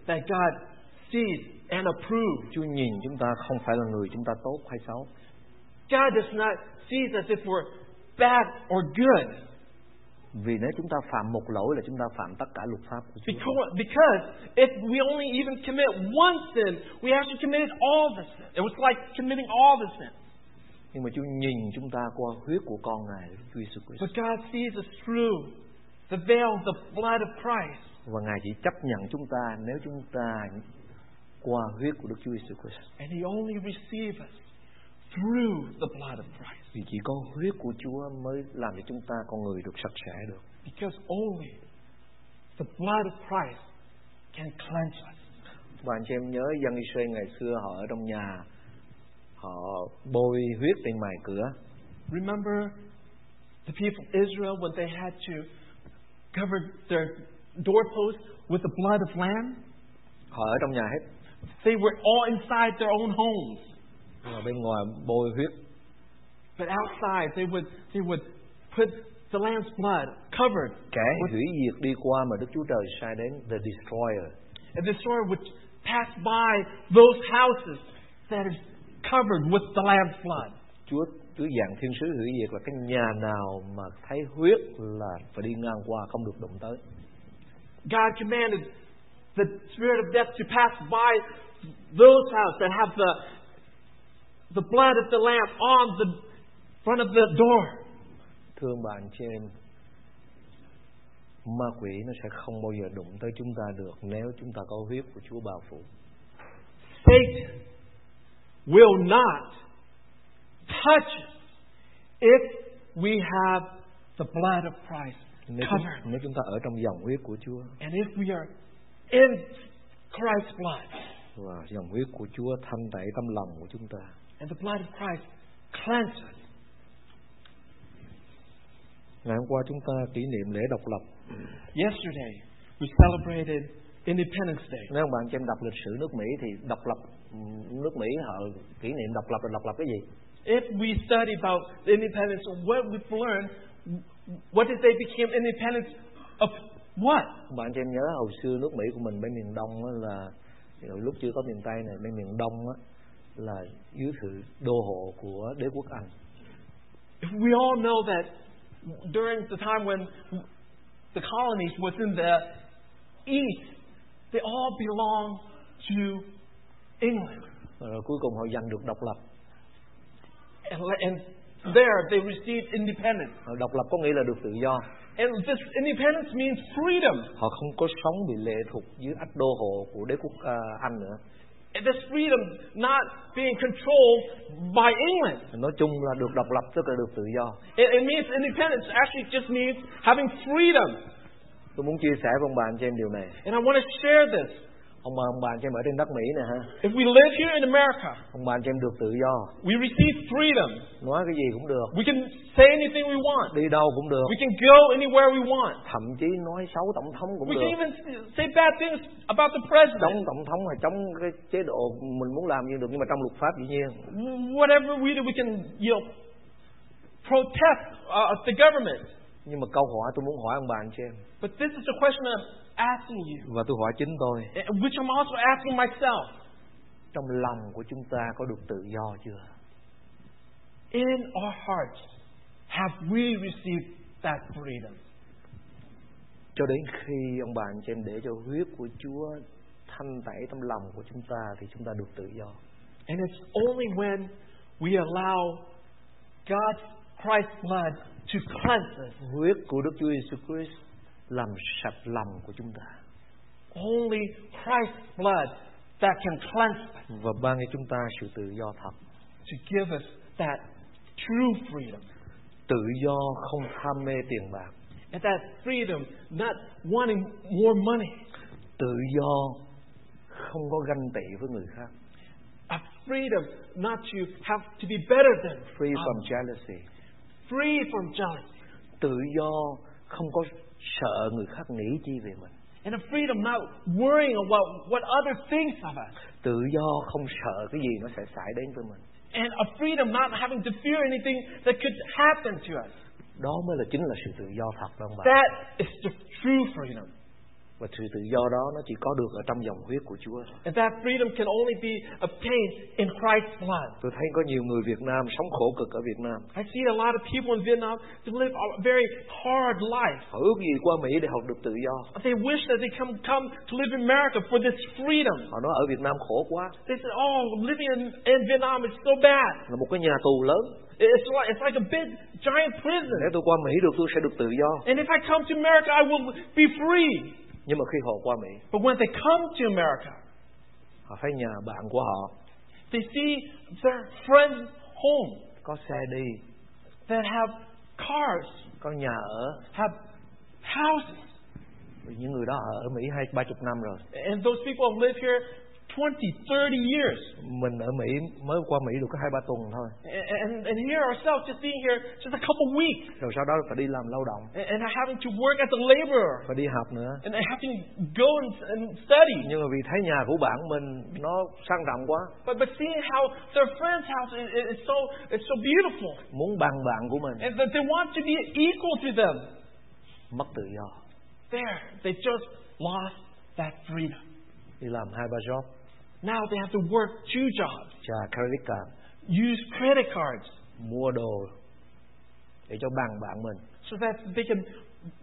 [SPEAKER 3] that God sees and approves.
[SPEAKER 2] Chúa nhìn chúng ta không phải là người chúng ta tốt hay xấu.
[SPEAKER 3] God does not see us as if we're bad or good.
[SPEAKER 2] Vì nếu chúng ta phạm một lỗi là chúng ta phạm tất cả luật pháp của Chúa.
[SPEAKER 3] Because, because if we only even commit one sin, we actually committed all the sin. It was like committing all the sin.
[SPEAKER 2] Nhưng mà Chúa nhìn chúng ta qua huyết của con Ngài Chúa Jesus Christ
[SPEAKER 3] But God sees us through the veil, the blood of Christ.
[SPEAKER 2] và Ngài chỉ chấp nhận chúng ta nếu chúng ta qua huyết của Đức Chúa Jesus Christ.
[SPEAKER 3] And He only receives us through the blood of Christ.
[SPEAKER 2] Vì chỉ có huyết của Chúa mới làm cho chúng ta con người được sạch sẽ được.
[SPEAKER 3] Because only the blood of Christ can cleanse us.
[SPEAKER 2] Và anh chị em nhớ dân Israel ngày xưa họ ở trong nhà họ bôi huyết trên mài cửa
[SPEAKER 3] Remember the people of Israel when they had to cover their doorposts with the blood of lamb?
[SPEAKER 2] họ ở trong nhà hết
[SPEAKER 3] They were all inside their own homes,
[SPEAKER 2] mà bên ngoài bôi huyết
[SPEAKER 3] but outside they would they would put the lamb's blood covered.
[SPEAKER 2] kẻ hủy diệt đi qua mà Đức Chúa Trời sai đến the destroyer
[SPEAKER 3] And the destroyer would pass by those houses that is covered with the lamb's blood.
[SPEAKER 2] Chúa Chúa dặn thiên sứ hủy diệt là cái nhà nào mà thấy huyết là phải đi ngang qua không được đụng tới
[SPEAKER 3] God commanded the spirit of death to pass by those houses that have the the blood of the lamb on the front of the door.
[SPEAKER 2] thương bạn chị em ma quỷ nó sẽ không bao giờ đụng tới chúng ta được nếu chúng ta có huyết của Chúa bao phủ
[SPEAKER 3] Satan will not touch us if we have the blood of Christ
[SPEAKER 2] nếu, chúng-
[SPEAKER 3] covered
[SPEAKER 2] nếu chúng ta ở trong dòng huyết của Chúa
[SPEAKER 3] and if we are in Christ's blood.
[SPEAKER 2] và dòng huyết của Chúa thanh tẩy tâm lòng của chúng ta
[SPEAKER 3] And the blood of Christ cleanses.
[SPEAKER 2] ngày hôm qua chúng ta kỷ niệm lễ độc lập
[SPEAKER 3] Yesterday, we celebrated Independence Day.
[SPEAKER 2] nếu bạn chị em đọc lịch sử nước Mỹ thì độc lập nước Mỹ họ kỷ niệm độc lập là độc lập cái gì
[SPEAKER 3] If we study about the independence, what we've learned, what did they become independent of what?
[SPEAKER 2] bạn cho em nhớ hồi xưa nước Mỹ của mình bên miền Đông á là lúc chưa có miền Tây này bên miền Đông á là dưới sự đô hộ của đế quốc Anh
[SPEAKER 3] We all know that during the time when the colonies was in the east, they all belonged to England.
[SPEAKER 2] rồi cuối cùng họ giành được độc lập
[SPEAKER 3] And, and there they received independence.
[SPEAKER 2] Rồi độc lập có nghĩa là được tự do
[SPEAKER 3] And this independence means freedom.
[SPEAKER 2] họ không có sống bị lệ thuộc dưới ách đô hộ của đế quốc à, Anh nữa
[SPEAKER 3] And this freedom not being controlled by England.
[SPEAKER 2] nói chung là được độc lập tức là được tự do
[SPEAKER 3] It, it means independence actually just means having freedom.
[SPEAKER 2] tôi muốn chia sẻ với ông bà anh chị em điều này
[SPEAKER 3] And I want to share this.
[SPEAKER 2] ông bà ông bà anh chị em ở trên đất Mỹ nè ha
[SPEAKER 3] If we live here in America,
[SPEAKER 2] ông bà anh chị em được tự do
[SPEAKER 3] we receive freedom.
[SPEAKER 2] nói cái gì cũng được
[SPEAKER 3] We can say anything we want.
[SPEAKER 2] đi đâu cũng được
[SPEAKER 3] We can go anywhere we want.
[SPEAKER 2] thậm chí nói xấu tổng thống cũng
[SPEAKER 3] We
[SPEAKER 2] được
[SPEAKER 3] can even say bad things about the
[SPEAKER 2] chống
[SPEAKER 3] president.
[SPEAKER 2] tổng thống hay chống cái chế độ mình muốn làm gì được nhưng mà trong luật pháp dĩ nhiên
[SPEAKER 3] Whatever we do, we can you know, protest uh, the government.
[SPEAKER 2] nhưng mà câu hỏi tôi muốn hỏi ông bà anh chị em
[SPEAKER 3] But this is the question I'm asking you,
[SPEAKER 2] và tôi hỏi chính tôi
[SPEAKER 3] and- which I'm also asking myself.
[SPEAKER 2] trong lòng của chúng ta có được tự do chưa
[SPEAKER 3] in our hearts have we received that freedom.
[SPEAKER 2] cho đến khi ông bà anh chị em để cho huyết của Chúa thanh tẩy trong lòng của chúng ta thì chúng ta được tự do
[SPEAKER 3] And it's only when we allow God's Christ's blood to cleanse us,
[SPEAKER 2] huyết của Đức Chúa Giêsu Christ làm sạch lòng của chúng ta
[SPEAKER 3] only Christ's blood that can cleanse us
[SPEAKER 2] và ban cho chúng ta sự tự do thật
[SPEAKER 3] to give us that true freedom.
[SPEAKER 2] tự do không tham mê tiền bạc
[SPEAKER 3] And that freedom, not wanting more money,
[SPEAKER 2] tự do không có ganh tị với người khác
[SPEAKER 3] a freedom not to have to be better than,
[SPEAKER 2] free from
[SPEAKER 3] others,
[SPEAKER 2] jealousy
[SPEAKER 3] free from jealousy,
[SPEAKER 2] tự do không có sợ người khác nghĩ chi về mình
[SPEAKER 3] and a freedom not worrying about what other thinks of us.
[SPEAKER 2] tự do không sợ cái gì nó sẽ xảy đến với mình
[SPEAKER 3] and a freedom not having to fear anything that could happen to us.
[SPEAKER 2] đó mới là chính là sự tự do thật đó ông bà
[SPEAKER 3] That is the true freedom.
[SPEAKER 2] và sự tự do đó nó chỉ có được ở trong dòng huyết của Chúa thôi.
[SPEAKER 3] And that freedom can only be obtained in Christ's blood.
[SPEAKER 2] tôi thấy có nhiều người Việt Nam sống khổ cực ở Việt Nam
[SPEAKER 3] I see a lot of people in Vietnam who live a very hard life.
[SPEAKER 2] họ ước gì qua Mỹ để học được tự do
[SPEAKER 3] They wish that they come come to live in America for this freedom.
[SPEAKER 2] họ nói ở Việt Nam khổ quá
[SPEAKER 3] They say, "Oh, living in, in Vietnam is so bad.
[SPEAKER 2] là một cái nhà tù lớn
[SPEAKER 3] It's like it's like a big giant
[SPEAKER 2] nếu
[SPEAKER 3] prison.
[SPEAKER 2] tôi qua Mỹ được tôi sẽ được tự do
[SPEAKER 3] And if I come to America, I will be free."
[SPEAKER 2] nhưng mà khi họ qua Mỹ
[SPEAKER 3] But when they come to America,
[SPEAKER 2] họ thấy nhà bạn của họ
[SPEAKER 3] They see their friends home
[SPEAKER 2] có xe đi
[SPEAKER 3] that have cars,
[SPEAKER 2] có nhà ở
[SPEAKER 3] have houses,
[SPEAKER 2] những người đó ở Mỹ hai ba chục năm rồi
[SPEAKER 3] and those people have lived here 20, 30 years.
[SPEAKER 2] mình ở mỹ mới qua mỹ được có hai ba tuần thôi
[SPEAKER 3] And, and, and here ourselves, just being here just a couple weeks,
[SPEAKER 2] rồi sau đó phải đi làm lao động
[SPEAKER 3] and, and having to work as a laborer,
[SPEAKER 2] phải đi học nữa
[SPEAKER 3] and having to go and, and study.
[SPEAKER 2] nhưng mà vì thấy nhà của bạn mình nó sang trọng quá
[SPEAKER 3] But, but seeing how their friend's house is, is- is, so, it's so beautiful,
[SPEAKER 2] muốn bằng bạn của mình
[SPEAKER 3] and that they want to be equal to them,
[SPEAKER 2] mất tự do
[SPEAKER 3] there, they just lost that freedom.
[SPEAKER 2] đi làm hai ba job
[SPEAKER 3] Now they have to work two jobs,
[SPEAKER 2] trả credit card
[SPEAKER 3] use credit cards
[SPEAKER 2] mua đồ để cho bằng bạn mình
[SPEAKER 3] so that they can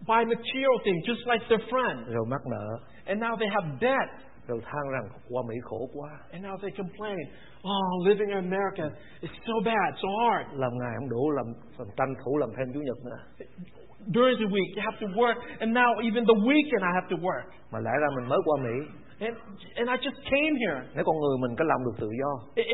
[SPEAKER 3] buy material things just like their friend.
[SPEAKER 2] rồi mắc nợ
[SPEAKER 3] And now they have debt.
[SPEAKER 2] rồi than rằng qua mỹ khổ quá
[SPEAKER 3] And now they complain, oh, living in America is so bad, so hard.
[SPEAKER 2] làm ngày không đủ làm, làm tranh thủ làm thêm chủ nhật nữa
[SPEAKER 3] During the week, you have to work, and now even the weekend I have to work.
[SPEAKER 2] mà lẽ ra mình mới qua mỹ
[SPEAKER 3] And, and I just came here.
[SPEAKER 2] nếu con người mình có làm được tự do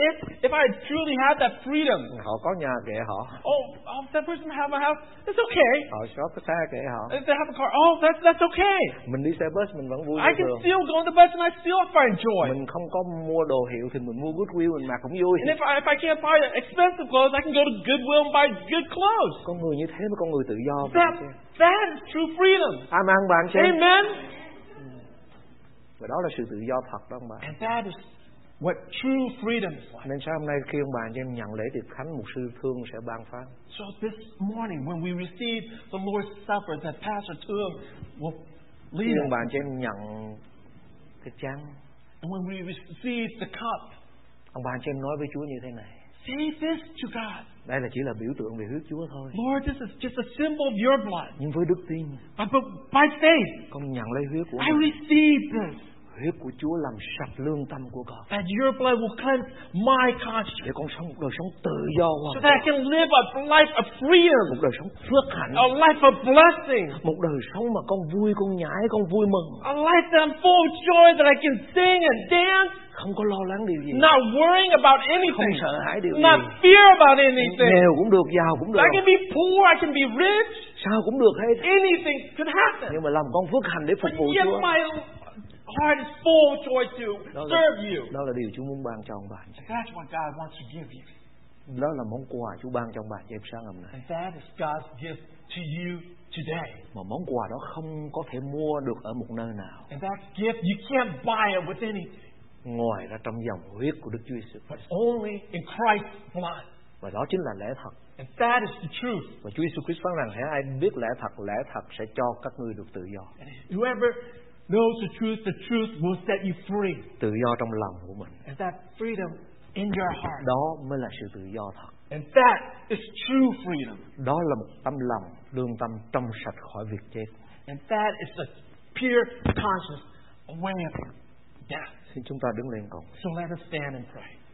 [SPEAKER 3] If, if I truly had that freedom,
[SPEAKER 2] họ có nhà kệ họ
[SPEAKER 3] oh, oh, if that person have a house, that's okay.
[SPEAKER 2] họ có cái xe kệ họ
[SPEAKER 3] If they have a car, oh, that's, that's okay.
[SPEAKER 2] mình đi xe bus mình vẫn vui
[SPEAKER 3] I
[SPEAKER 2] như
[SPEAKER 3] can
[SPEAKER 2] thường
[SPEAKER 3] still go on the bus and I still find joy.
[SPEAKER 2] mình không có mua đồ hiệu thì mình mua goodwill mình mặc cũng vui
[SPEAKER 3] And if I, if I can't buy expensive clothes, I can go to Goodwill and buy good clothes.
[SPEAKER 2] con người như thế mới con người tự do
[SPEAKER 3] That, that is true freedom.
[SPEAKER 2] amen bạn chứ
[SPEAKER 3] Amen.
[SPEAKER 2] và đó là sự tự do thật đó ông bà
[SPEAKER 3] And that is what true freedom is like.
[SPEAKER 2] nên sáng hôm nay khi ông bà cho em nhận lễ tiệc khánh một sư thương sẽ ban phát
[SPEAKER 3] So this morning, when we receive the Lord's Supper that Pastor Tuam will
[SPEAKER 2] khi
[SPEAKER 3] lead
[SPEAKER 2] ông
[SPEAKER 3] us,
[SPEAKER 2] bà cho em nhận cái chăn
[SPEAKER 3] and when we receive the cup,
[SPEAKER 2] ông bà cho em nói với chúa như thế này
[SPEAKER 3] say this to God.
[SPEAKER 2] đây là chỉ là biểu tượng về huyết chúa thôi
[SPEAKER 3] Lord, this is just a symbol of your blood.
[SPEAKER 2] nhưng với đức tin
[SPEAKER 3] But, Uh, but by faith,
[SPEAKER 2] con nhận lấy huyết của
[SPEAKER 3] I
[SPEAKER 2] mình.
[SPEAKER 3] receive this,
[SPEAKER 2] huyết của chúa làm sạch lương tâm của con
[SPEAKER 3] that your blood will cleanse my
[SPEAKER 2] để
[SPEAKER 3] conscience,
[SPEAKER 2] con sống một đời sống tự do
[SPEAKER 3] so
[SPEAKER 2] hoàn
[SPEAKER 3] that I
[SPEAKER 2] toàn
[SPEAKER 3] can live a life of
[SPEAKER 2] một
[SPEAKER 3] freedom,
[SPEAKER 2] đời sống phước hạnh
[SPEAKER 3] a life of blessing,
[SPEAKER 2] một đời sống mà con vui con nhảy con vui mừng
[SPEAKER 3] a life that I'm full of joy, that I can sing and dance,
[SPEAKER 2] không có lo lắng điều gì
[SPEAKER 3] not worrying about
[SPEAKER 2] không
[SPEAKER 3] anything,
[SPEAKER 2] sợ hãi điều gì
[SPEAKER 3] not fear about anything.
[SPEAKER 2] nghèo cũng được giàu cũng được
[SPEAKER 3] I can be poor, I can be rich,
[SPEAKER 2] sao cũng được hết
[SPEAKER 3] anything could happen.
[SPEAKER 2] nhưng mà làm con phước hành để phục
[SPEAKER 3] But
[SPEAKER 2] vụ
[SPEAKER 3] yet
[SPEAKER 2] Chúa
[SPEAKER 3] my heart is full of joy to
[SPEAKER 2] đó là,
[SPEAKER 3] serve you.
[SPEAKER 2] đó là điều Chúa muốn ban cho ông bà anh chị.
[SPEAKER 3] That's what God wants to give you.
[SPEAKER 2] đó là món quà Chúa ban cho ông bà anh chị em sáng hôm nay
[SPEAKER 3] And that is God's gift to you today.
[SPEAKER 2] mà món quà đó không có thể mua được ở một nơi nào
[SPEAKER 3] And that gift, you can't buy it with anything,
[SPEAKER 2] ngoài ra trong dòng huyết của Đức Chúa Giêsu
[SPEAKER 3] but only in Christ's blood.
[SPEAKER 2] và đó chính là lẽ thật
[SPEAKER 3] And that is the truth.
[SPEAKER 2] và Chúa Giêsu Christ phán rằng hãy ai biết lẽ thật lẽ thật sẽ cho các ngươi được tự do
[SPEAKER 3] And whoever knows the truth, the truth will set you free.
[SPEAKER 2] tự do trong lòng của mình
[SPEAKER 3] And that freedom in your heart.
[SPEAKER 2] đó mới là sự tự do thật
[SPEAKER 3] And that is true freedom.
[SPEAKER 2] đó là một tấm lòng lương tâm trong sạch khỏi việc chết
[SPEAKER 3] And that is the pure conscience away of death.
[SPEAKER 2] xin chúng ta đứng lên cùng
[SPEAKER 3] So let us stand and pray.